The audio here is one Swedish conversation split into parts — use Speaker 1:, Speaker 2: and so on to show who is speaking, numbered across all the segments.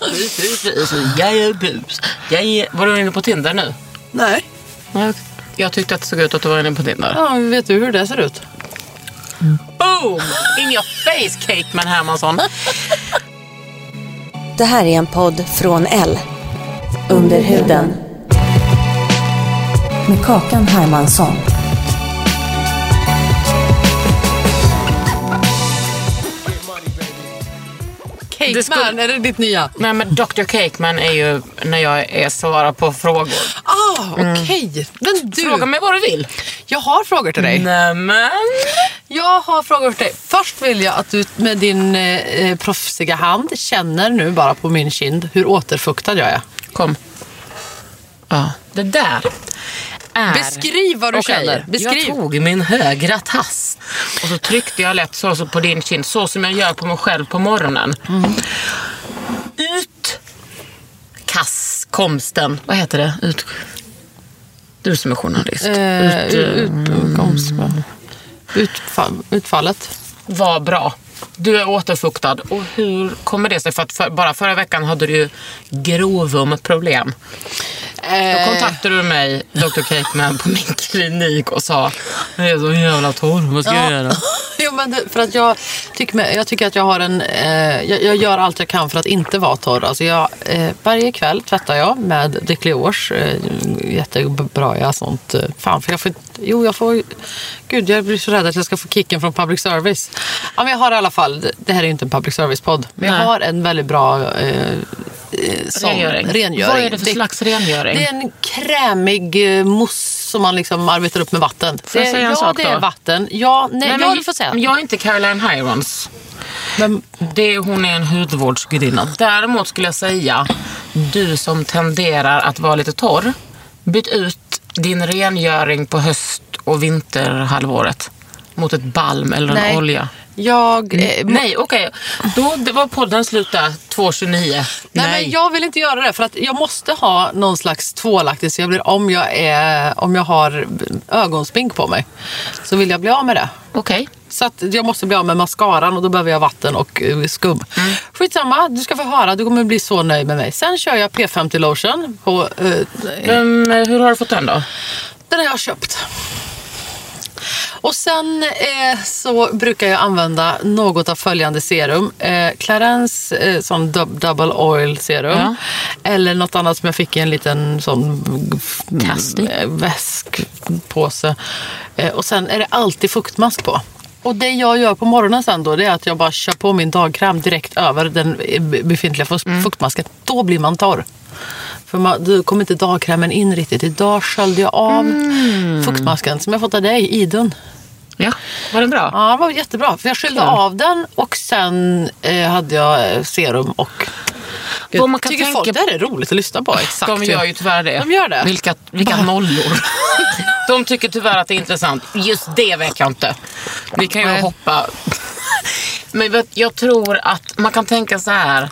Speaker 1: Alltså, jag är bus. Jag är... Var du inne på Tinder nu?
Speaker 2: Nej.
Speaker 1: Jag, jag tyckte att det såg ut att du var inne på Tinder.
Speaker 2: Ja, men vet du hur det ser ut?
Speaker 1: Boom! In your face Kate Man Hermansson.
Speaker 3: Det här är en podd från L. Under huden. Med Kakan Hermansson.
Speaker 2: Cake
Speaker 1: Det skulle-
Speaker 2: Man, är det ditt nya?
Speaker 1: Nej men Dr Cakeman är ju när jag är svarar på frågor.
Speaker 2: Ah, okej. Men du,
Speaker 1: Fråga mig Mm. vad du vill.
Speaker 2: jag har frågor till dig.
Speaker 1: Nämen.
Speaker 2: Jag har frågor till dig. Först vill jag att du med din eh, eh, proffsiga hand känner nu bara på min kind hur återfuktad jag är.
Speaker 1: Kom. Ja. Det där är...
Speaker 2: Beskriv vad du
Speaker 1: Okej,
Speaker 2: känner. Beskriv.
Speaker 1: Jag tog min högra tass och så tryckte jag lätt så, så på din kind, så som jag gör på mig själv på morgonen.
Speaker 2: Mm.
Speaker 1: Ut kasskomsten. Vad heter det? Ut... Du som är journalist.
Speaker 2: Eh,
Speaker 1: Ut, eh,
Speaker 2: utkomst, va? Utfall, utfallet.
Speaker 1: Vad bra. Du är återfuktad. Och hur kommer det sig? För att för, bara förra veckan hade du ju grovum problem.
Speaker 2: Eh.
Speaker 1: Då kontaktade du mig, Dr. Cakeman, på min klinik och sa Jag är så jävla torr, vad ska jag göra?
Speaker 2: Jo, men det, för att jag, tycker, mig- jag tycker att jag har en... Eh, jag, jag gör allt jag kan för att inte vara torr. Alltså jag, eh, varje kväll tvättar jag med Decléors. Eh, jättebra, jag har sånt. Eh, fan, för jag får... Jo, jag får... Gud, jag blir så rädd att jag ska få kicken från public service. Ja, men jag har i alla fall... Det här är ju inte en public service-podd. Men jag
Speaker 1: Nej.
Speaker 2: har en väldigt bra... Eh, eh, sån,
Speaker 1: Rengöring.
Speaker 2: rengöring.
Speaker 1: Vad är det för slags rengöring?
Speaker 2: Det är en krämig eh, mousse som man liksom arbetar upp med vatten.
Speaker 1: Får jag
Speaker 2: Det-
Speaker 1: säga en
Speaker 2: ja,
Speaker 1: sak
Speaker 2: det
Speaker 1: då?
Speaker 2: är vatten. Ja, nej,
Speaker 1: Nej,
Speaker 2: ja,
Speaker 1: men-
Speaker 2: du får säga.
Speaker 1: men Jag är inte Caroline Hirons.
Speaker 2: Vem-
Speaker 1: Det, är- hon är en hudvårdsgudinna. Däremot skulle jag säga, du som tenderar att vara lite torr, byt ut din rengöring på höst och vinterhalvåret mot ett balm eller en
Speaker 4: Nej.
Speaker 1: olja.
Speaker 2: Jag... Eh, nej.
Speaker 1: Nej, okej. Då det var podden slut där, 2.29.
Speaker 2: Nej, men jag vill inte göra det för att jag måste ha någon slags tvålaktig så jag blir om jag, är, om jag har ögonspink på mig så vill jag bli av med det.
Speaker 1: Okej.
Speaker 2: Så att jag måste bli av med mascaran och då behöver jag vatten och eh, skum. Skitsamma, du ska få höra. Du kommer bli så nöjd med mig. Sen kör jag P50 lotion. På, eh,
Speaker 1: Ehm, hur har du fått den då?
Speaker 2: Den har jag köpt. Och sen eh, så brukar jag använda något av följande serum. Eh, Clarence eh, sån dub- double oil serum.
Speaker 1: Ja.
Speaker 2: Eller något annat som jag fick i en liten sån
Speaker 1: Plastic.
Speaker 2: eh, väskpåse. Eh, och sen är det alltid fuktmask på. Och det jag gör på morgonen sen då det är att jag bara kör på min dagkräm direkt över den eh, be- befintliga fus- fuktmasken. Då blir man torr. För man, du kom inte dagkrämen in riktigt. Idag sköljde jag av fuktmasken som jag fått av dig, Idun.
Speaker 1: Ja, var den bra?
Speaker 2: Ja, det var jättebra. För jag sköljde
Speaker 1: Kul.
Speaker 2: av den och sen eh, hade jag eh, serum och...
Speaker 1: Vad man kan
Speaker 2: tycker
Speaker 1: tänka-
Speaker 2: folk det här är roligt att lyssna på. Exakt
Speaker 1: De gör ju tyvärr det.
Speaker 2: De gör det.
Speaker 1: Vilka, vilka nollor. De tycker tyvärr att det är intressant. Just det vet jag inte. Vi kan ju
Speaker 2: Nej.
Speaker 1: hoppa. Men vet, jag tror att man kan tänka så här.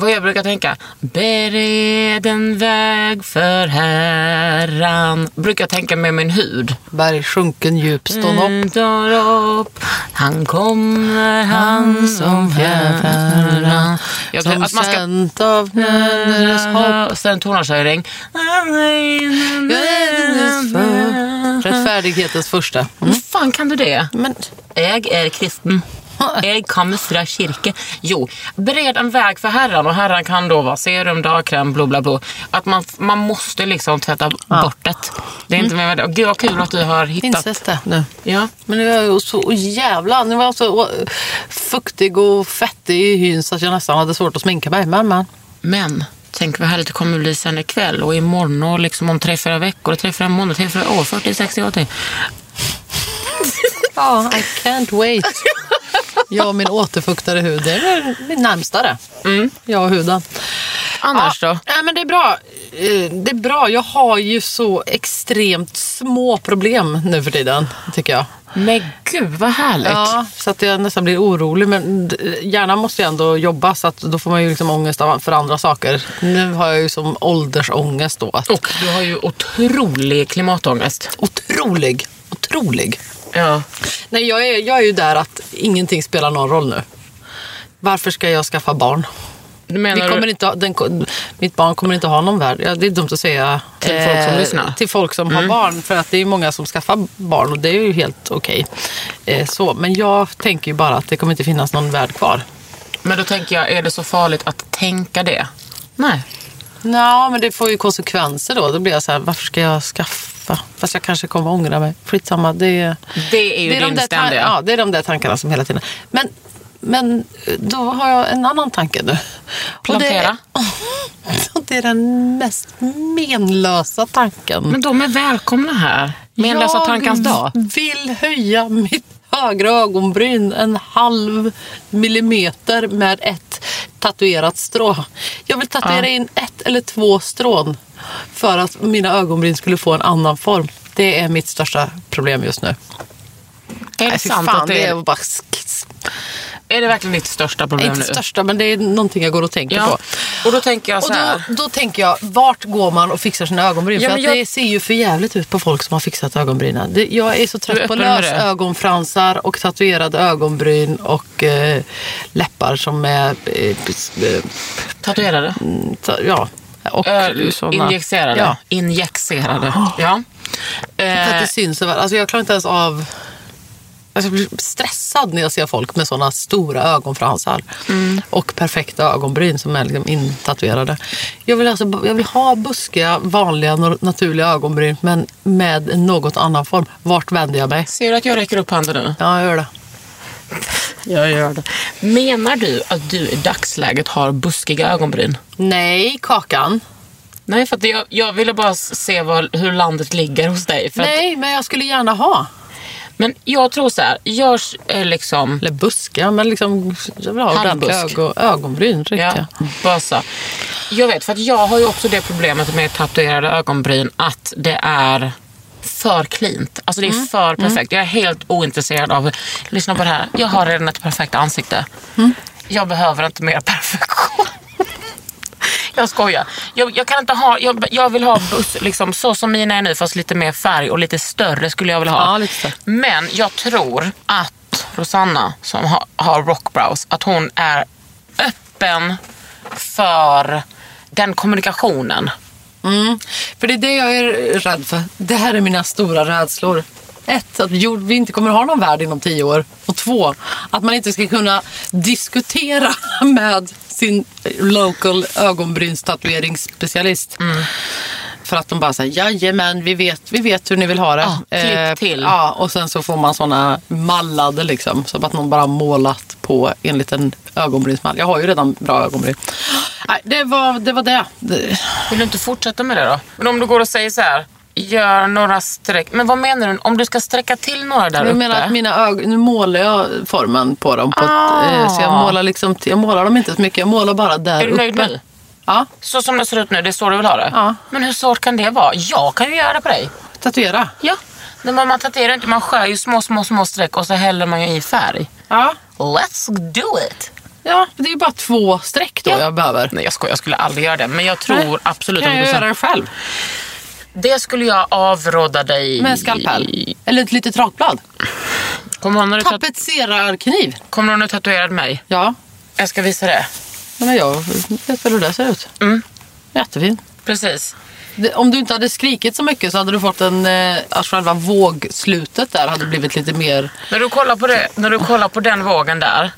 Speaker 1: Vad jag brukar tänka. Bered en väg för Herran. Brukar jag tänka med min hud.
Speaker 2: Berg, sjunken, djup, stånd upp.
Speaker 1: Mm, står upp. Han kommer, han som fjärran. Jag tror
Speaker 2: Som
Speaker 1: att man ska
Speaker 2: sänt av nödens hopp.
Speaker 1: Eh, och sen tonartshöjning.
Speaker 2: Rättfärdighetens första.
Speaker 1: Hur fan kan du det?
Speaker 2: Men
Speaker 1: Jag är kristen. Ägg kommer fra kirke. Jo, bered en väg för herran och herran kan då vara serum, dagkräm, bla bla bla. Att man, man måste liksom tvätta bort det. Det är inte mer med det. Gud vad kul att du har hittat.
Speaker 2: Insett det nu.
Speaker 1: Ja.
Speaker 2: Men nu är jag ju så jävla... Nu var jag så å, fuktig och fettig i hyn så att jag nästan hade svårt att sminka mig. Men, men.
Speaker 1: Men tänk vad härligt det kommer bli sen ikväll och imorgon och liksom om tre, fyra veckor, och tre, fyra månader, tre, fyra år, 40, 60 år till.
Speaker 2: Ja, I can't wait. Jag och min återfuktade hud, det är min närmsta det. Jag och huden.
Speaker 1: Annars
Speaker 2: ja,
Speaker 1: då?
Speaker 2: Nej, men det är bra. Eh, Det är bra. Jag har ju så extremt små problem nu för tiden, tycker jag.
Speaker 1: Men gud vad härligt.
Speaker 2: Ja, så att jag nästan blir orolig. Men d- hjärnan måste ju ändå jobba så att då får man ju liksom ångest av- för andra saker. Nu har jag ju som åldersångest då. Att,
Speaker 1: Och du har ju otrolig klimatångest.
Speaker 2: Otrolig! Otrolig!
Speaker 1: Ja.
Speaker 2: Nej, jag är, jag är ju där att ingenting spelar någon roll nu. Varför ska jag skaffa barn?
Speaker 1: Du menar
Speaker 2: Vi kommer
Speaker 1: du-
Speaker 2: inte ha, den, ko- mitt barn kommer inte ha någon värld. Ja, det är dumt att säga
Speaker 1: Till folk som lyssnar.
Speaker 2: Eh, Till folk Mm. som har barn. För att det är många som skaffar barn och det är ju helt okej. Eh, så, men jag tänker ju bara att det kommer inte finnas någon värld kvar.
Speaker 1: Men då tänker jag, är det så farligt att tänka det? Nej.
Speaker 2: Ja, men det får ju konsekvenser då. Då blir jag så här, varför ska jag skaffa? Fast jag kanske kommer ångra mig. Skitsamma, det är...
Speaker 1: Det är ju din
Speaker 2: de där tan-
Speaker 1: ständiga.
Speaker 2: Ja, det är de där tankarna som hela tiden... Men, men då har jag en annan tanke nu. Och det, är,
Speaker 1: Plantera.
Speaker 2: och det är den mest menlösa tanken.
Speaker 1: Men de är välkomna här. Menlösa tankans dag.
Speaker 2: Jag vill höja mitt högra ögonbryn en halv millimeter med ett tatuerat strå. Jag vill tatuera in ett eller två strån för att mina ögonbryn skulle få en annan form. Det är mitt största problem just nu.
Speaker 1: Är det
Speaker 2: Nej, fy
Speaker 1: sant
Speaker 2: fan,
Speaker 1: att det är...
Speaker 2: bara sk-
Speaker 1: Är det verkligen ditt största problem
Speaker 2: Inte
Speaker 1: nu?
Speaker 2: största, men det är någonting jag går och tänker
Speaker 1: Ja.
Speaker 2: på.
Speaker 1: Och då tänker jag
Speaker 2: Och
Speaker 1: så här.
Speaker 2: då, då tänker jag, vart går man och fixar sina ögonbryn?
Speaker 1: Ja,
Speaker 2: För
Speaker 1: men jag-
Speaker 2: att det ser ju för jävligt ut på folk som har fixat ögonbrynen. Det, jag är
Speaker 1: Du är
Speaker 2: så trött på
Speaker 1: öppen med det.
Speaker 2: lösögonfransar och tatuerade ögonbryn och eh, läppar som är... Eh, pis- eh,
Speaker 1: Tatuerade?
Speaker 2: ta, ja. Och
Speaker 1: Ö,
Speaker 2: såna.
Speaker 1: injekterade?
Speaker 2: Ja.
Speaker 1: Injekterade. Ja.
Speaker 2: För att
Speaker 1: Eh,
Speaker 2: det syns överallt. Alltså jag klarar inte ens av... Alltså jag blir stressad när jag ser folk med såna stora ögonfransar. Och perfekta ögonbryn som är liksom intatuerade. Jag vill, alltså, jag vill ha buskiga, vanliga, nor- naturliga ögonbryn men med en något annan form. Vart vänder jag mig?
Speaker 1: ser du att jag räcker upp handen nu?
Speaker 2: Ja, jag gör det.
Speaker 1: Jag gör det. Menar du att du i dagsläget har buskiga ögonbryn?
Speaker 2: Nej, Kakan.
Speaker 1: Nej, för att jag, jag ville bara se var, hur landet ligger hos dig. För att,
Speaker 2: Nej, men jag skulle gärna ha.
Speaker 1: men jag tror så här, görs eh, liksom...
Speaker 2: Eller buskiga, men liksom, jag vill ha ordentliga
Speaker 1: Halvbusk.
Speaker 2: ögon, ögonbryn.
Speaker 1: Ja,
Speaker 2: Riktiga.
Speaker 1: bösa. Jag vet, för att jag har ju också det problemet med tatuerade ögonbryn att det är för cleant. Alltså det är för perfekt. Jag är helt ointresserad av, lyssna på det här, jag har redan ett perfekt ansikte. Jag behöver inte mer perfektion. Jag skojar. Jag, jag kan inte ha, jag, jag vill ha buss, liksom, så som mina är nu fast lite mer färg och lite större skulle jag vilja ha.
Speaker 2: Ja, lite större.
Speaker 1: Men jag tror att Rosanna som har, har rockbrows, att hon är öppen för den kommunikationen.
Speaker 2: Mm. För det är det jag är rädd för. Det här är mina stora rädslor. Ett, att jord- vi inte kommer ha någon värld inom tio år. Och två, att man inte ska kunna diskutera med sin local ögonbrynstatueringsspecialist.
Speaker 1: Mm.
Speaker 2: För att de bara säger jajamän, vi vet, vi vet hur ni vill ha det.
Speaker 1: Ja, klipp
Speaker 2: Eh,
Speaker 1: till.
Speaker 2: Ja, och sen så får man såna mallade liksom. Som att någon bara målat på en liten ögonbrynsmall. Jag har ju redan bra ögonbryn. Nej, det var det. Var det. det.
Speaker 1: Vill du inte fortsätta med det då? Men om du går och säger så här, gör några streck. Men vad menar du? Om du ska sträcka till några där
Speaker 2: Jag
Speaker 1: uppe?
Speaker 2: menar att mina ögon, nu målar jag formen på dem. På ett, eh, så jag målar, liksom, jag målar dem inte så mycket, jag målar bara där
Speaker 1: Ah. är du
Speaker 2: uppe.
Speaker 1: nöjd nu?
Speaker 2: Ja,
Speaker 1: Så som det ser ut nu, det är så du vill ha det?
Speaker 2: Ja.
Speaker 1: Men hur svårt kan det vara? Jag kan ju göra det på dig.
Speaker 2: tatuera.
Speaker 1: Ja. Nej, men man tatuerar inte, man skär ju små, små, små streck och så häller man ju i färg.
Speaker 2: Ja.
Speaker 1: Let's do it!
Speaker 2: ja, det är ju bara två streck då
Speaker 1: Ja.
Speaker 2: jag behöver.
Speaker 1: Nej jag skojar, jag skulle aldrig göra det. Men jag tror
Speaker 2: Nej.
Speaker 1: absolut
Speaker 2: Kan
Speaker 1: att du
Speaker 2: jag
Speaker 1: sa-
Speaker 2: göra det själv?
Speaker 1: Det skulle jag avråda dig.
Speaker 2: Med en skalpell? Eller ett litet rakblad?
Speaker 1: Kommer hon när du tat-
Speaker 2: Tapetserarkniv?
Speaker 1: kommer hon när du tatuerade mig?
Speaker 2: Ja,
Speaker 1: Jag ska visa det.
Speaker 2: Nej, men jag vet väl hur det ser ut.
Speaker 1: Mm.
Speaker 2: Jättefin.
Speaker 1: Precis.
Speaker 2: det- om du inte hade skrikit så mycket så hade du fått en... Eh, alltså själva vågslutet där hade blivit lite mer...
Speaker 1: När du, kollar på det, när du kollar på den vågen där,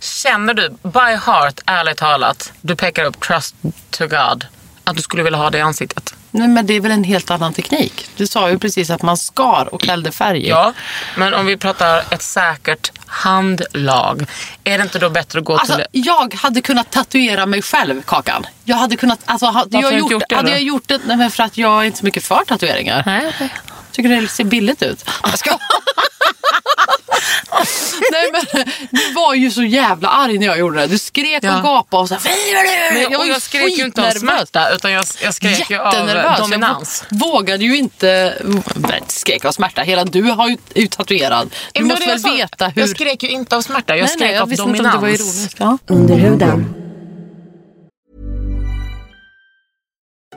Speaker 1: känner du by heart, ärligt talat, du pekar upp trust to God, att du skulle vilja ha det i ansiktet?
Speaker 2: Nej, men det är väl en helt annan teknik? Du sa ju precis att man skar och hällde färger.
Speaker 1: Ja, men om vi pratar ett säkert handlag, är det inte då bättre att gå
Speaker 2: Alltså,
Speaker 1: till...
Speaker 2: jag hade kunnat tatuera mig själv, Kakan. Jag hade kunnat... Alltså, hade
Speaker 1: Varför har
Speaker 2: jag
Speaker 1: du
Speaker 2: gjort,
Speaker 1: inte gjort det
Speaker 2: hade
Speaker 1: då?
Speaker 2: jag gjort det? Nej, men för att jag är inte så mycket för tatueringar.
Speaker 1: Nej, okej.
Speaker 2: Tycker det ser billigt ut. Jag ska... Nej, men du var ju så jävla arg när jag gjorde det. Du skrek
Speaker 1: Ja.
Speaker 2: och gapade och så här, "Fy, vad det är!"
Speaker 1: Men,
Speaker 2: var
Speaker 1: och jag skrek ju inte av
Speaker 2: skitnervös.
Speaker 1: smärta, utan jag, jag skrek ju av eh,
Speaker 2: Jättenervös.
Speaker 1: dominans.
Speaker 2: Jag vå- vågade ju inte... Nej, Skrek av smärta. Hela du har ju är ju tatuerad. Du
Speaker 1: Men det
Speaker 2: måste
Speaker 1: var
Speaker 2: väl
Speaker 1: det jag sa.
Speaker 2: veta hur...
Speaker 1: Jag skrek ju inte av smärta, jag
Speaker 2: Nej,
Speaker 1: skrek
Speaker 2: nej, jag
Speaker 1: av
Speaker 2: visste
Speaker 1: dominans.
Speaker 2: inte om det var ironiskt. Ja.
Speaker 3: under huden.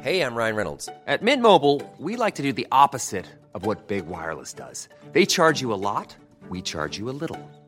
Speaker 5: Hey, I'm Ryan Reynolds. At Mint Mobile, we like to do the opposite of what Big Wireless does. They charge you a lot, we charge you a little.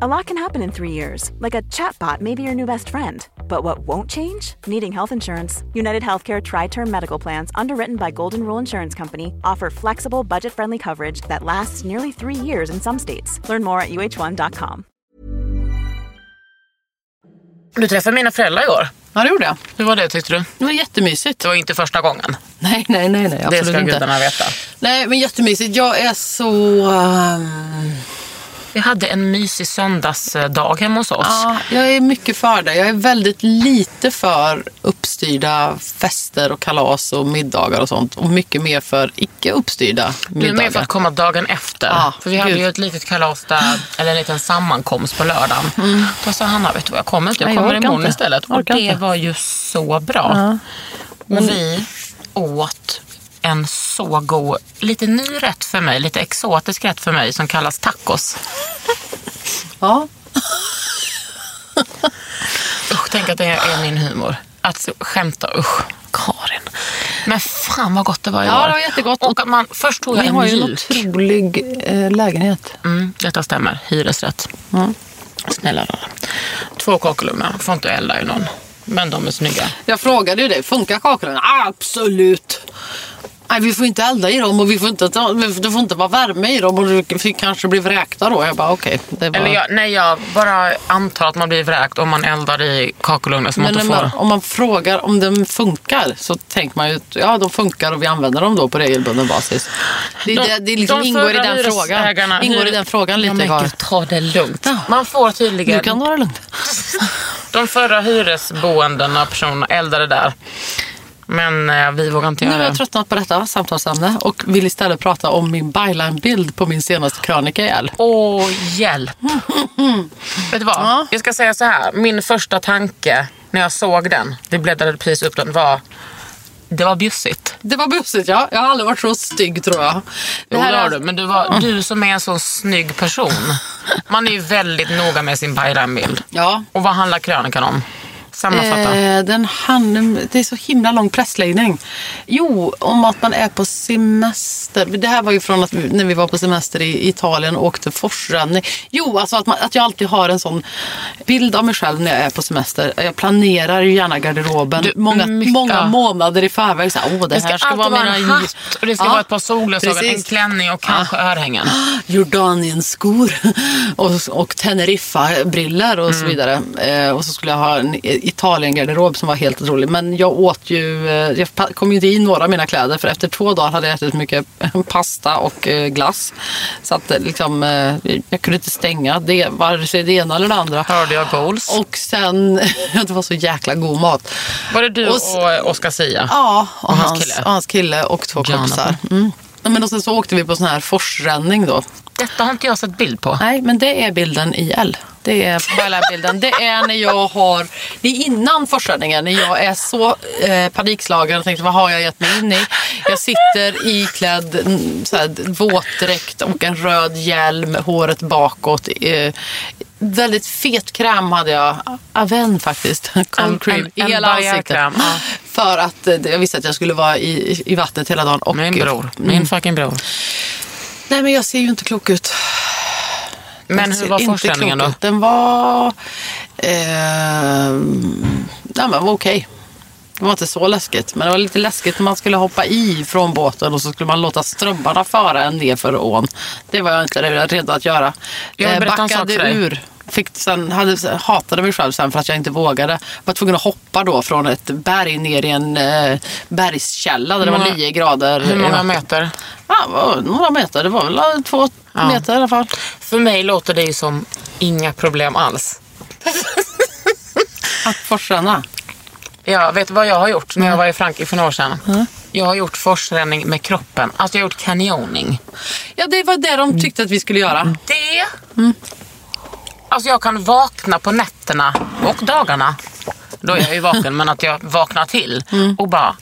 Speaker 6: A lot can happen in three years, like a chatbot may be your new best friend. But what won't change? Needing health insurance. United Healthcare Tri Term Medical Plans, underwritten by Golden Rule Insurance Company, offer flexible, budget friendly coverage that lasts nearly three years in some states. Learn more at uh1.com.
Speaker 1: Du träffade mina föräldrar i år.
Speaker 2: Ja, det gjorde jag.
Speaker 1: Hur var det tyckte du?
Speaker 2: Det var jättemysigt.
Speaker 1: Det var inte första gången.
Speaker 2: Nej, nej, nej, nej absolut
Speaker 1: det ska
Speaker 2: inte.
Speaker 1: gudarna veta.
Speaker 2: Nej, men jättemysigt. Jag är så... ehm,
Speaker 1: Vi hade en mysig söndagsdag hemma hos oss.
Speaker 2: Ja, jag är mycket för det. Jag är väldigt lite för uppstyrda fester och kalas och middagar och sånt. Och mycket mer för icke uppstyrda
Speaker 1: Du är
Speaker 2: middagar.
Speaker 1: med för att komma dagen efter.
Speaker 2: Ja,
Speaker 1: för vi hade
Speaker 2: gud.
Speaker 1: ju ett litet kalas där, eller en liten sammankomst på lördagen. Då sa Hanna, vet du vad, jag kommer inte, jag
Speaker 2: Mm. Nej,
Speaker 1: kommer
Speaker 2: jag orkar
Speaker 1: imorgon
Speaker 2: inte.
Speaker 1: istället. Och
Speaker 2: Orkar
Speaker 1: det
Speaker 2: inte.
Speaker 1: var ju så bra. Och vi åt en så god, lite ny rätt för mig, lite exotisk rätt för mig som kallas tacos.
Speaker 2: Ja,
Speaker 1: Usch, tänk att det är min humor. Att skämta, usch. Karin. Men fan vad gott det var i
Speaker 2: Ja,
Speaker 1: år.
Speaker 2: det var jättegott.
Speaker 1: Och att man, först tog jag
Speaker 2: vi
Speaker 1: en
Speaker 2: har ju en
Speaker 1: mjuk.
Speaker 2: otrolig eh, lägenhet.
Speaker 1: Mm, detta stämmer. Hyresrätt. Snälla rara. Två kakelugnar. Får inte elda i någon. Men de är snygga.
Speaker 2: Jag frågade ju dig, funkar kakorna? Absolut! Nej, vi får inte elda i dem och vi får inte, ta- vi- det får inte vara värme i dem och du fick kanske bli vräkta då. Jag bara okej. det var-
Speaker 1: Eller jag, nej, jag bara antar att man blir vräkt om man eldar i kakelugnar som
Speaker 2: Men
Speaker 1: man
Speaker 2: när
Speaker 1: inte får.
Speaker 2: man, om man frågar om de funkar så tänker man ju att ja, de funkar och vi använder dem då på regelbunden basis. Det,
Speaker 1: De-
Speaker 2: det, det liksom
Speaker 1: de
Speaker 2: ingår i
Speaker 1: förra
Speaker 2: den
Speaker 1: hyresägarna-
Speaker 2: frågan. Ingår i den frågan
Speaker 1: Ja,
Speaker 2: lite
Speaker 1: men
Speaker 2: var.
Speaker 1: gud, ta det lugnt.
Speaker 2: Ja.
Speaker 1: Man får
Speaker 2: Du
Speaker 1: tydligen...
Speaker 2: kan ta det lugnt.
Speaker 1: De förra hyresboendena, personerna, eldade där. Men eh, vi vågar inte
Speaker 2: Nu
Speaker 1: göra
Speaker 2: har jag
Speaker 1: det.
Speaker 2: tröttnat på detta samtalsämne och vill istället prata om min byline-bild på min senaste krönika ihjäl.
Speaker 1: Åh, hjälp! Vet du vad?
Speaker 2: Ja.
Speaker 1: Jag ska säga så här. Min första tanke när jag såg den, vi bläddrade precis upp den, var det var bjussigt.
Speaker 2: Det var bussigt ja. Jag har aldrig varit så stygg tror jag.
Speaker 1: Det
Speaker 2: här
Speaker 1: här
Speaker 2: är- Mm.
Speaker 1: du, men du, var, du som är en så snygg person. Man är ju väldigt noga med sin Bayram-bild.
Speaker 2: Ja.
Speaker 1: Och vad handlar krönikan om? Sammanfatta.
Speaker 2: Eh, den hann, det är så himla lång pressläggning. Jo, om att man är på semester. Det här var ju från att vi, när vi var på semester i Italien och åkte forsränning. Jo, alltså att, man, att jag alltid har en sån bild av mig själv när jag är på semester. Jag planerar ju gärna garderoben
Speaker 1: Du,
Speaker 2: många,
Speaker 1: mycket.
Speaker 2: många månader i förväg. Så här, Åh, det,
Speaker 1: det
Speaker 2: här
Speaker 1: ska,
Speaker 2: ska
Speaker 1: alltid
Speaker 2: vara
Speaker 1: vara
Speaker 2: mina...
Speaker 1: en hatt och det ska
Speaker 2: Ja,
Speaker 1: vara ett par solglasögon, en
Speaker 2: precis.
Speaker 1: klänning och kanske örhängen.
Speaker 2: Jordanienskor och, och Teneriffa-briller och
Speaker 1: Mm.
Speaker 2: så vidare. Eh, och så skulle jag ha en Italien-garderob som var helt otrolig. Men jag åt ju, eh, jag pa- kom ju inte i några av mina kläder för efter två dagar hade jag ätit mycket pasta och eh, glass. Så att eh, liksom, eh, jag kunde inte stänga det, vare sig det ena eller det andra.
Speaker 1: Hörde jag goals?
Speaker 2: Och sen, det var så jäkla god mat.
Speaker 1: Var det du
Speaker 2: Och
Speaker 1: och,
Speaker 2: s-
Speaker 1: och eh, Oscar Sia?
Speaker 2: Ja, och,
Speaker 1: Och hans
Speaker 2: hans, hans, kille.
Speaker 1: kille.
Speaker 2: hans kille och två
Speaker 1: Jonathan.
Speaker 2: kompisar. Mm. Ja, Men och sen så åkte vi på sån här forsränning då.
Speaker 1: Detta har inte jag sett bild på.
Speaker 2: Nej, men det är bilden i L. Det är Byline-bilden. Det är när jag har, det är innan forsränningen, när jag är så eh, panikslagen och tänkte vad har jag gett mig in i? Jag sitter iklädd mm, så här, våtdräkt och en röd hjälm, håret bakåt. Eh, väldigt fet kräm hade jag. Aven faktiskt. Cold
Speaker 1: En-
Speaker 2: cream i
Speaker 1: en- en
Speaker 2: hela ansiktet.
Speaker 1: barriärkräm, ja.
Speaker 2: För att eh, jag visste att jag skulle vara i, i vattnet hela dagen. Och,
Speaker 1: Min bror.
Speaker 2: Mm.
Speaker 1: Min fucking bror.
Speaker 2: Nej men jag ser ju inte klok ut.
Speaker 1: Men
Speaker 2: Jag
Speaker 1: hur
Speaker 2: ser
Speaker 1: var
Speaker 2: inte
Speaker 1: föreställningen
Speaker 2: klok
Speaker 1: då?
Speaker 2: ut. Den var... Eh, nej, men var okej. Det var inte så läskigt, men det var lite läskigt när man skulle hoppa i från båten och så skulle man låta strömmarna föra en ner för ån. Det var jag inte redo att göra.
Speaker 1: Jag vill
Speaker 2: Eh,
Speaker 1: berätta en sak
Speaker 2: backade
Speaker 1: för dig.
Speaker 2: ur. Fick sen, hade, hatade mig själv sen för att jag inte vågade. Var tvungen att hoppa då från ett berg ner i en eh, bergskälla där det var
Speaker 1: många-
Speaker 2: 9 grader.
Speaker 1: Hur
Speaker 2: i
Speaker 1: många
Speaker 2: vatten.
Speaker 1: meter?
Speaker 2: Ja, det var några meter. Det var väl eh, två
Speaker 1: Ja.
Speaker 2: meter i alla fall.
Speaker 1: För mig låter det ju som inga problem alls.
Speaker 2: Att forsarna.
Speaker 1: Jag vet du vad jag har gjort när jag var i Frankrike för några år sedan? Jag har gjort forsränning med kroppen. Alltså jag har gjort kanjoning.
Speaker 2: Ja, det var det
Speaker 1: Mm.
Speaker 2: de tyckte att vi skulle göra.
Speaker 1: Det... Alltså jag kan vakna på nätterna och dagarna. Då är jag ju vaken, men att jag vaknar till och bara,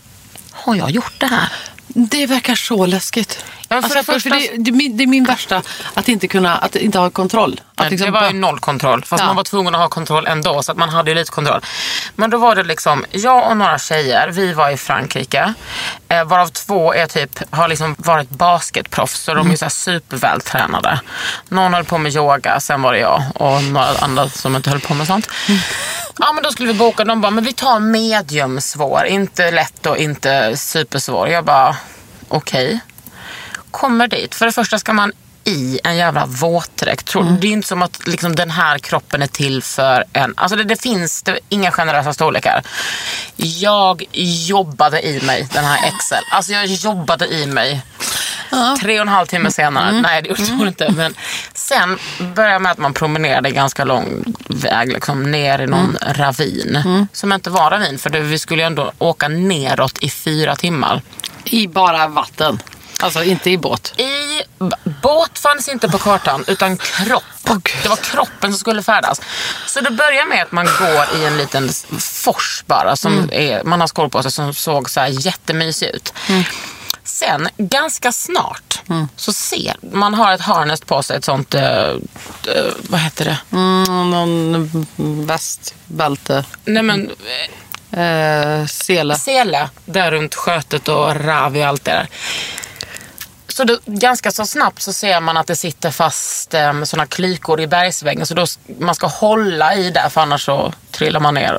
Speaker 1: har jag gjort det här?
Speaker 2: Det verkar så läskigt.
Speaker 1: Ja, men för
Speaker 2: alltså,
Speaker 1: det
Speaker 2: för,
Speaker 1: första-
Speaker 2: för det, det, är min- det är min värsta, att inte, kunna, att inte ha kontroll. Att
Speaker 1: Nej,
Speaker 2: liksom
Speaker 1: det var ju
Speaker 2: bara-
Speaker 1: noll kontroll, fast
Speaker 2: Ja.
Speaker 1: man var tvungen att ha kontroll ändå så att man hade ju lite kontroll. Men då var det liksom, jag och några tjejer, vi var i Frankrike, eh, varav två är typ, har liksom varit basketproffs så de är
Speaker 2: Mm.
Speaker 1: ju så här supervältränade. Någon höll på med yoga, sen var det jag och några andra som inte höll på med sånt.
Speaker 2: Mm.
Speaker 1: Ja men då skulle vi boka, de bara, men vi tar medium svår, inte lätt och inte supersvår. Jag bara, okej kommer dit, för det första ska man i en jävla våtdräkt. Tror, Det är ju inte som att liksom, den här kroppen är till för en... Alltså det, det finns det, inga generösa storlekar. Jag jobbade i mig den här Excel. Alltså jag jobbade i mig. Tre och en halv timme senare, nej det gjorde jag inte. Men sen började jag med att man promenerade ganska lång väg liksom, ner i någon ravin. Som inte var ravin, för det, vi skulle ju ändå åka neråt i fyra timmar.
Speaker 2: I bara vatten. Alltså inte i båt.
Speaker 1: I b- båt fanns inte på kartan utan kropp. det var kroppen som skulle färdas. Så det börjar med att man går i en liten s- fors bara som är, man har skor på sig som såg så här jättemysig ut. Sen ganska snart så ser man har ett harness på sig, ett sånt, eh, eh, vad heter det?
Speaker 2: Mm, någon väst, bälte,
Speaker 1: Nej men eh,
Speaker 2: eh, sele.
Speaker 1: sele där runt skötet och ravi och allt det där. Så då, ganska så snabbt så ser man att det sitter fast eh, såna klykor i bergsväggen. Så då, s- man ska hålla i där för annars så trillar man ner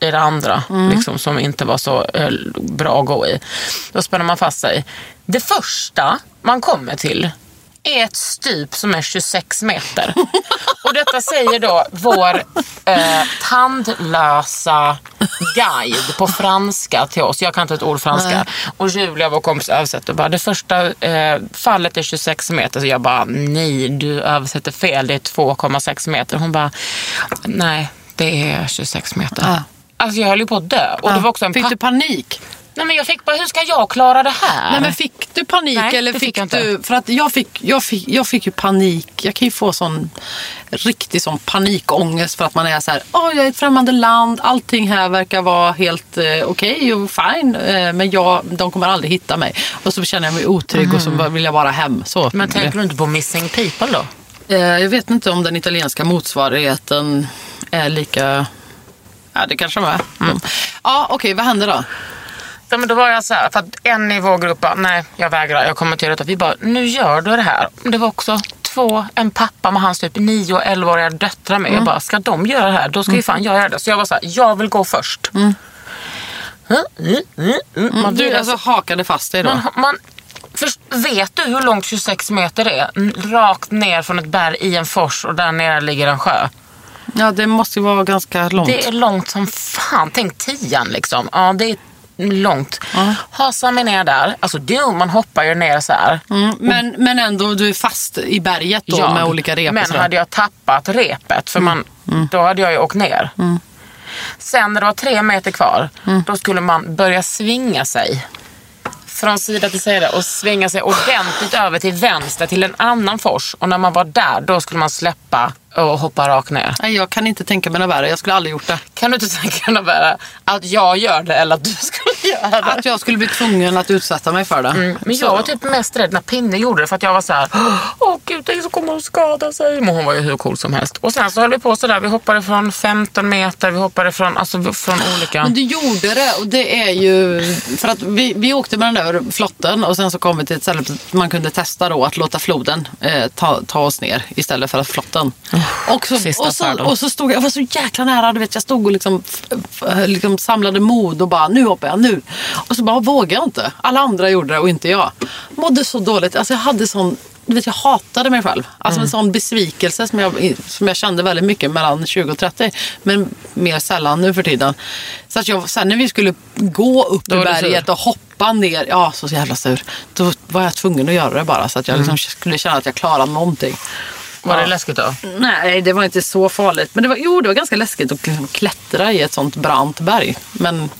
Speaker 1: i det andra liksom, som inte var så eh, bra att gå i. Då spänner man fast sig. Det första man kommer till är ett stup som är 26 meter. Och detta säger då vår eh, tandlösa guide på franska till oss. Jag kan inte ett ord franska. Och Julia, vår kompis, översätter och bara, det första eh, fallet är 26 meter. Så jag bara, nej du översätter fel, det är 2,6 meter. Hon bara, nej det är 26 meter.
Speaker 2: Ah.
Speaker 1: Alltså jag höll ju på att dö. Och det var också en
Speaker 2: Fick du
Speaker 1: pack.
Speaker 2: panik?
Speaker 1: Nej men jag fick bara, hur ska jag klara det här?
Speaker 2: Nej, men fick du panik?
Speaker 1: Nej,
Speaker 2: eller
Speaker 1: det
Speaker 2: fick,
Speaker 1: fick jag inte.
Speaker 2: du, för att jag fick, jag, fick, jag fick ju panik. Jag kan ju få sån riktig sån panikångest för att man är så här, åh jag är i ett främmande land, allting här verkar vara helt eh, okej och fine, eh, men jag, de kommer aldrig hitta mig. Och så känner jag mig otrygg och så bara vill jag bara hem. Så.
Speaker 1: Mm. men tänker du inte på missing people då?
Speaker 2: Eh, Jag vet inte om den italienska motsvarigheten är lika... Ja, det kanske de är.
Speaker 1: Mm.
Speaker 2: Ja, okej, vad hände då?
Speaker 1: Ja, men då var jag så här, för att en i vår grupp bara, nej jag vägrar, jag kommer inte göra detta. Vi bara, nu gör du det här. Det var också två, en pappa med hans typ 9 och 11-åriga döttrar med. Jag bara, ska de göra det här, då ska ju fan jag göra det. Så jag var så här, jag vill gå först. Mm, mm, mm, mm. Man
Speaker 2: Du
Speaker 1: vill
Speaker 2: alltså hakade fast dig då?
Speaker 1: man, man, först, vet du hur långt 26 meter är? N- Rakt ner från ett berg i en fors och där nere ligger en sjö.
Speaker 2: Ja, det måste ju vara ganska långt.
Speaker 1: Det är långt som fan. Tänk tian liksom. Ja, det är långt. Hasar mig ner där. Alltså du, man hoppar ju ner så här.
Speaker 2: Mm, men, men ändå, du är fast i berget då
Speaker 1: Jag.
Speaker 2: med olika rep och
Speaker 1: Men
Speaker 2: sådär.
Speaker 1: hade jag tappat repet, för
Speaker 2: Mm.
Speaker 1: man, då hade jag ju åkt ner.
Speaker 2: Mm.
Speaker 1: Sen när det var tre meter kvar, då skulle man börja svinga sig från sida till sida och svänga sig ordentligt över till vänster till en annan fors. Och när man var där, då skulle man släppa och hoppa rakt ner.
Speaker 2: Nej, jag kan inte tänka mig något värre. Jag skulle aldrig gjort det.
Speaker 1: Kan du inte tänka dig Vera, att jag gör det eller att du skulle göra det?
Speaker 2: Att jag skulle bli tvungen att utsätta mig för det.
Speaker 1: Men jag var typ mest rädd när Pinne gjorde det för att jag var så här, åh gud tänk så kommer hon skada sig. Men hon var ju hur cool som helst. Och sen så höll vi på sådär, vi hoppade från 15 meter, vi hoppade från, alltså, från olika...
Speaker 2: Men du gjorde det och det är ju... För att vi, vi åkte med den där flotten och sen så kom vi till ett ställe där man kunde testa då att låta floden eh, ta, ta oss ner istället för att flotten. och, så,
Speaker 1: sista
Speaker 2: och, så,
Speaker 1: färden.
Speaker 2: och så stod jag, jag var så jäkla nära, du vet jag stod och liksom, f- f- liksom samlade mod och bara nu hoppar jag, nu. Och så bara vågade jag inte. Alla andra gjorde det och inte jag. Mådde så dåligt, alltså jag hade sån du vet, jag hatade mig själv. Alltså
Speaker 1: Mm.
Speaker 2: en sån besvikelse som jag, som jag kände väldigt mycket mellan 20 och 30. Men mer sällan nu för tiden. Så att jag, sen när vi skulle gå upp i
Speaker 1: var du sur.
Speaker 2: berget och hoppa ner, ja så jävla sur. Då var jag tvungen att göra det bara så att jag
Speaker 1: Mm.
Speaker 2: liksom skulle känna att jag klarade någonting.
Speaker 1: Var det läskigt då?
Speaker 2: Nej, det var inte så farligt. Men det var, jo, det var ganska läskigt att liksom klättra i ett sånt brant berg. Men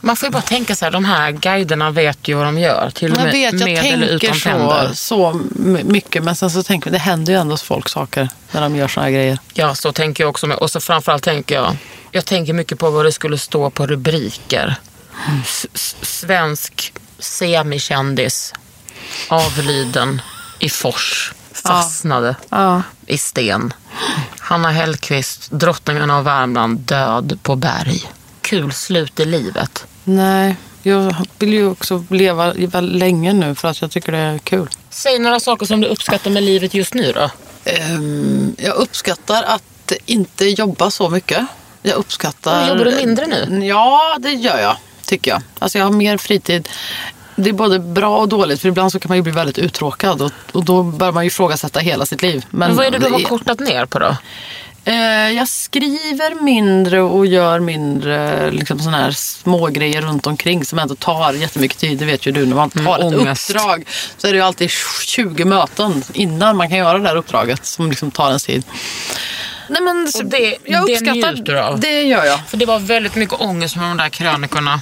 Speaker 1: Man får ju bara tänka så här, de här guiderna vet ju vad de gör. Till och
Speaker 2: jag
Speaker 1: med
Speaker 2: vet, jag
Speaker 1: med eller
Speaker 2: tänker
Speaker 1: utan
Speaker 2: så,
Speaker 1: tänder.
Speaker 2: så m- mycket. Men sen så tänker jag, det händer ju ändå folk saker när de gör såna här grejer.
Speaker 1: Ja, så tänker jag också. Med. Och så framförallt tänker jag, jag tänker mycket på vad det skulle stå på rubriker. S- s- svensk semikändis avliden i fors. Fastnade i sten. Hanna Hellquist, drottningen av Värmland, död på berg. Kul slut i livet.
Speaker 2: Nej, jag vill ju också leva i- väl länge nu för att jag tycker det är kul.
Speaker 1: Säg några saker som du uppskattar med livet just nu då.
Speaker 2: Ehm, jag uppskattar att inte jobba så mycket. Jag uppskattar...
Speaker 1: Men jobbar du mindre nu?
Speaker 2: Ja, det gör jag, tycker jag. Alltså jag har mer fritid. Det är både bra och dåligt, för ibland så kan man ju bli väldigt uttråkad och, och då börjar man ju ifrågasätta hela sitt liv.
Speaker 1: Men vad är det du har
Speaker 2: är-
Speaker 1: kortat ner på då?
Speaker 2: Eh, jag skriver mindre och gör mindre liksom, såna här små grejer runt omkring som ändå tar jättemycket tid. Det vet ju du, när man tar ett
Speaker 1: Mm, ångest.
Speaker 2: uppdrag så är det ju alltid 20 möten innan man kan göra det här uppdraget som liksom tar ens tid. Nej, men, så-
Speaker 1: Och det- det njuter du av?
Speaker 2: Det gör jag.
Speaker 1: För det var väldigt mycket ångest med de där krönikorna.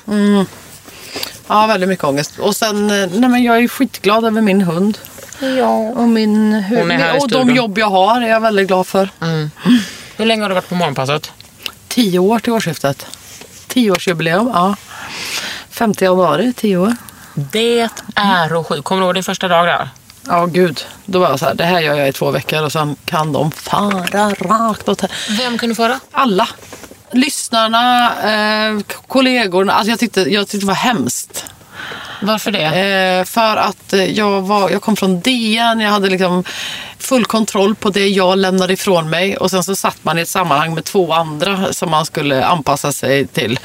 Speaker 2: Ja, väldigt mycket ångest. Och sen, eh, nej men jag är skitglad över min hund. Och, min,
Speaker 1: Hon är här i
Speaker 2: och de
Speaker 1: studion.
Speaker 2: jobb jag har är jag väldigt glad för.
Speaker 1: Hur länge har du varit på morgonpasset?
Speaker 2: Tio år till årsskiftet. Tioårsjubileum, ja. 5 januari, tio år.
Speaker 1: Det är och sju. Kommer du ihåg din första dag där?
Speaker 2: Ja, gud. Då var jag så här, det här gör jag i två veckor och sen kan de fara rakt åt här.
Speaker 1: Vem kunde föra?
Speaker 2: Alla. Lyssnarna, eh, k- kollegorna. Alltså jag, tyckte, jag tyckte det var hemskt.
Speaker 1: Varför det?
Speaker 2: Eh, för att eh, jag, var, jag kom från DN, jag hade liksom full kontroll på det jag lämnade ifrån mig och sen så satt man i ett sammanhang med två andra som man skulle anpassa sig till.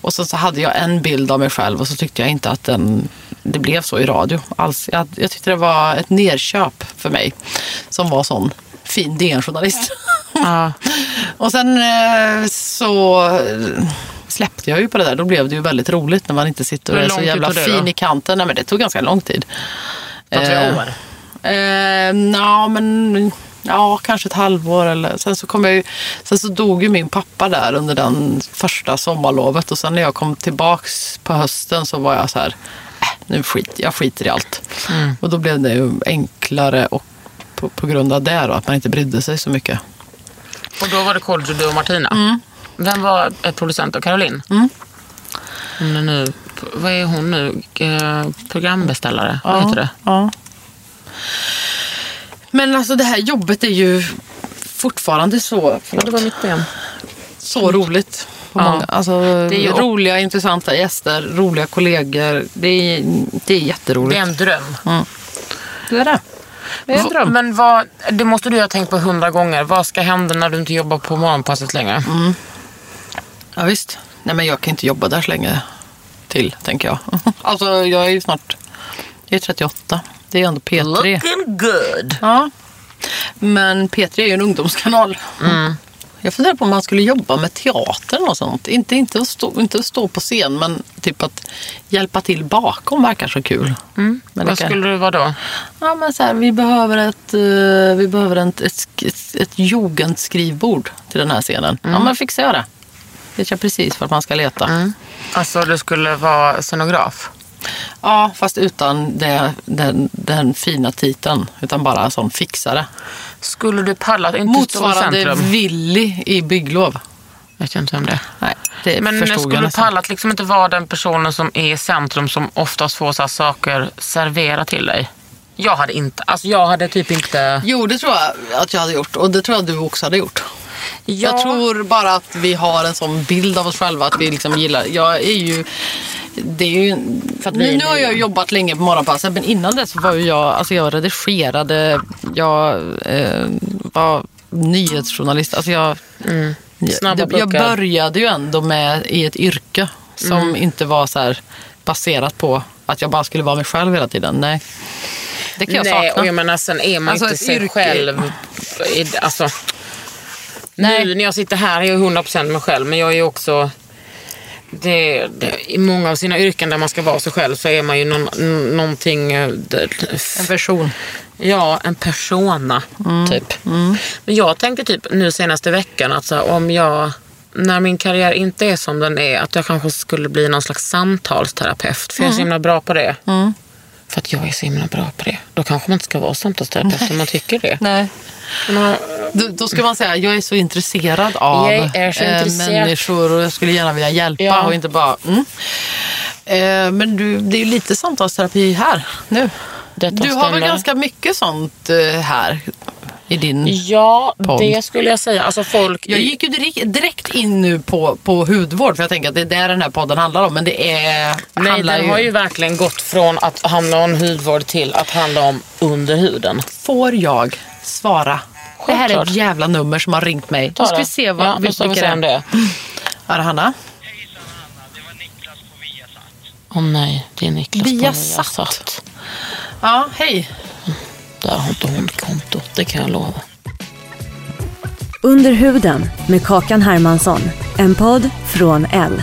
Speaker 2: Och sen så hade jag en bild av mig själv och så tyckte jag inte att den, det blev så i radio alls. Jag, jag tyckte det var ett nerköp för mig som var sån fin DN-journalist. Och sen eh, så eh, släppte jag ju på det där. Då blev det ju väldigt roligt när man inte sitter och
Speaker 1: Hur
Speaker 2: är så
Speaker 1: lång tid
Speaker 2: jävla
Speaker 1: tog det då?
Speaker 2: fin i kanten. Nej, men det tog ganska lång tid.
Speaker 1: På tre år?
Speaker 2: Eh, ja, men ja, kanske ett halvår eller sen så kom jag ju, sen så dog ju min pappa där under den första sommarlovet och sen när jag kom tillbaks på hösten så var jag så här, äh, nu skit, jag skiter i allt.
Speaker 1: Mm.
Speaker 2: Och då blev det ju enklare och på, på grund av det då, att man inte brydde sig så mycket.
Speaker 1: Och då var det Kodjo, du och Martina?
Speaker 2: Mm.
Speaker 1: Vem var eh, producent då? Caroline? Hon är nu, vad är hon nu? Eh, programbeställare? Vad heter det?
Speaker 2: Ja. Men alltså det här jobbet är ju fortfarande så,
Speaker 1: Det var mitt ben.
Speaker 2: så roligt. På
Speaker 1: Mm. Ja.
Speaker 2: många, alltså,
Speaker 1: Det är ju-
Speaker 2: Roliga, intressanta gäster, roliga kollegor. Det är, det är
Speaker 1: Det är
Speaker 2: jätteroligt.
Speaker 1: en dröm.
Speaker 2: Det är det. Det är en dröm.
Speaker 1: Men vad, det måste du ju ha tänkt på hundra gånger. Vad ska hända när du inte jobbar på morgonpasset längre?
Speaker 2: Mm. Ja, visst. Nej, men jag kan inte jobba där så länge till, tänker jag. Alltså, jag är ju snart... Jag är 38. Det är ändå P3.
Speaker 1: Looking good.
Speaker 2: Ja. Men P3 är ju en ungdomskanal.
Speaker 1: Mm.
Speaker 2: Jag funderar på om man skulle jobba med teatern och sånt. Inte, inte, att stå, inte att stå på scen, men typ att hjälpa till bakom verkar så kul. Men det
Speaker 1: Mm. Vad
Speaker 2: kan-
Speaker 1: skulle du vara då?
Speaker 2: Ja, men så här, vi behöver, ett, eh, vi behöver en, ett, sk- ett, ett jugendskrivbord till den här scenen.
Speaker 1: Mm.
Speaker 2: Ja, men fixar jag det. Vet jag precis vart man ska leta.
Speaker 1: Alltså du skulle vara scenograf?
Speaker 2: Ja, fast utan det, den, den fina titeln. Utan bara en sån fixare.
Speaker 1: Skulle du palla att inte stå i
Speaker 2: Motsvarande
Speaker 1: centrum?
Speaker 2: Willy i bygglov.
Speaker 1: vet jag inte om det
Speaker 2: Nej, det
Speaker 1: Men
Speaker 2: förstod
Speaker 1: skulle
Speaker 2: jag
Speaker 1: du
Speaker 2: nästan.
Speaker 1: palla att liksom inte vara den personen som är i centrum som oftast får så här saker servera till dig? Jag hade inte, alltså jag hade typ inte...
Speaker 2: Jo, det tror jag att jag hade gjort. Och det tror jag du också hade gjort. Jag tror bara att vi har en sån bild av oss själva att vi liksom gillar... Jag är ju... Det är ju
Speaker 1: För att vi är
Speaker 2: nu, nu har jag
Speaker 1: nöjda.
Speaker 2: jobbat länge på morgonpasset men innan dess var ju jag... Alltså jag redigerade, jag eh, var nyhetsjournalist. Alltså jag,
Speaker 1: Mm. Snabba
Speaker 2: jag, jag
Speaker 1: puckar. Mm.
Speaker 2: började ju ändå med i ett yrke som inte var så här baserat på att jag bara skulle vara mig själv hela tiden. Nej. Det kan jag
Speaker 1: Nej,
Speaker 2: sakna.
Speaker 1: och jag menar sen är man
Speaker 2: Alltså,
Speaker 1: inte
Speaker 2: ett
Speaker 1: sig
Speaker 2: yrke.
Speaker 1: själv. i- Alltså, Nu när jag sitter här är jag 100% mig själv men jag är ju också... Det, det, I många av sina yrken där man ska vara sig själv så är man ju någon, n- någonting... eh, d-
Speaker 2: En person.
Speaker 1: Ja, en persona
Speaker 2: Mm.
Speaker 1: typ. Men jag tänkte typ nu senaste veckan att så här, om jag, när min karriär inte är som den är, att jag kanske skulle bli någon slags samtalsterapeut. För jag är
Speaker 2: Mm.
Speaker 1: så himla bra på det. För att jag är så himla bra på det. Då kanske man inte ska vara samtalsterapeut om man tycker det.
Speaker 2: Nej.
Speaker 1: Men,
Speaker 2: Då, då ska man säga, jag är så intresserad av eh,
Speaker 1: Jag är så intresserad.
Speaker 2: människor och jag skulle gärna vilja hjälpa
Speaker 1: Ja.
Speaker 2: och inte bara... Mm. Eh, men du, det är ju lite samtalsterapi här nu.
Speaker 1: Detta
Speaker 2: Du har
Speaker 1: stämmer.
Speaker 2: väl ganska mycket sånt eh, här i din...
Speaker 1: Ja,
Speaker 2: Pond.
Speaker 1: det skulle jag säga. Alltså folk...
Speaker 2: Jag gick ju direk- direkt in nu på, på hudvård för jag tänker att det är där den här podden handlar om. Men det är...
Speaker 1: Nej,
Speaker 2: handlar
Speaker 1: den har ju verkligen gått från att handla om hudvård till att handla om under huden.
Speaker 2: Får jag svara? Det här är ett
Speaker 1: Självklart.
Speaker 2: jävla nummer som har ringt mig. Då ska vi se vad,
Speaker 1: ja, då ska vi
Speaker 2: vilka
Speaker 1: se om det är.
Speaker 2: Är det Hanna?
Speaker 1: Åh nej, det är Niklas på
Speaker 2: Viasat.
Speaker 1: Viasat.
Speaker 2: Ja, hej.
Speaker 1: Där har inte hon konto, det kan jag lova.
Speaker 3: Under huden med Kakan Hermansson. En podd från L.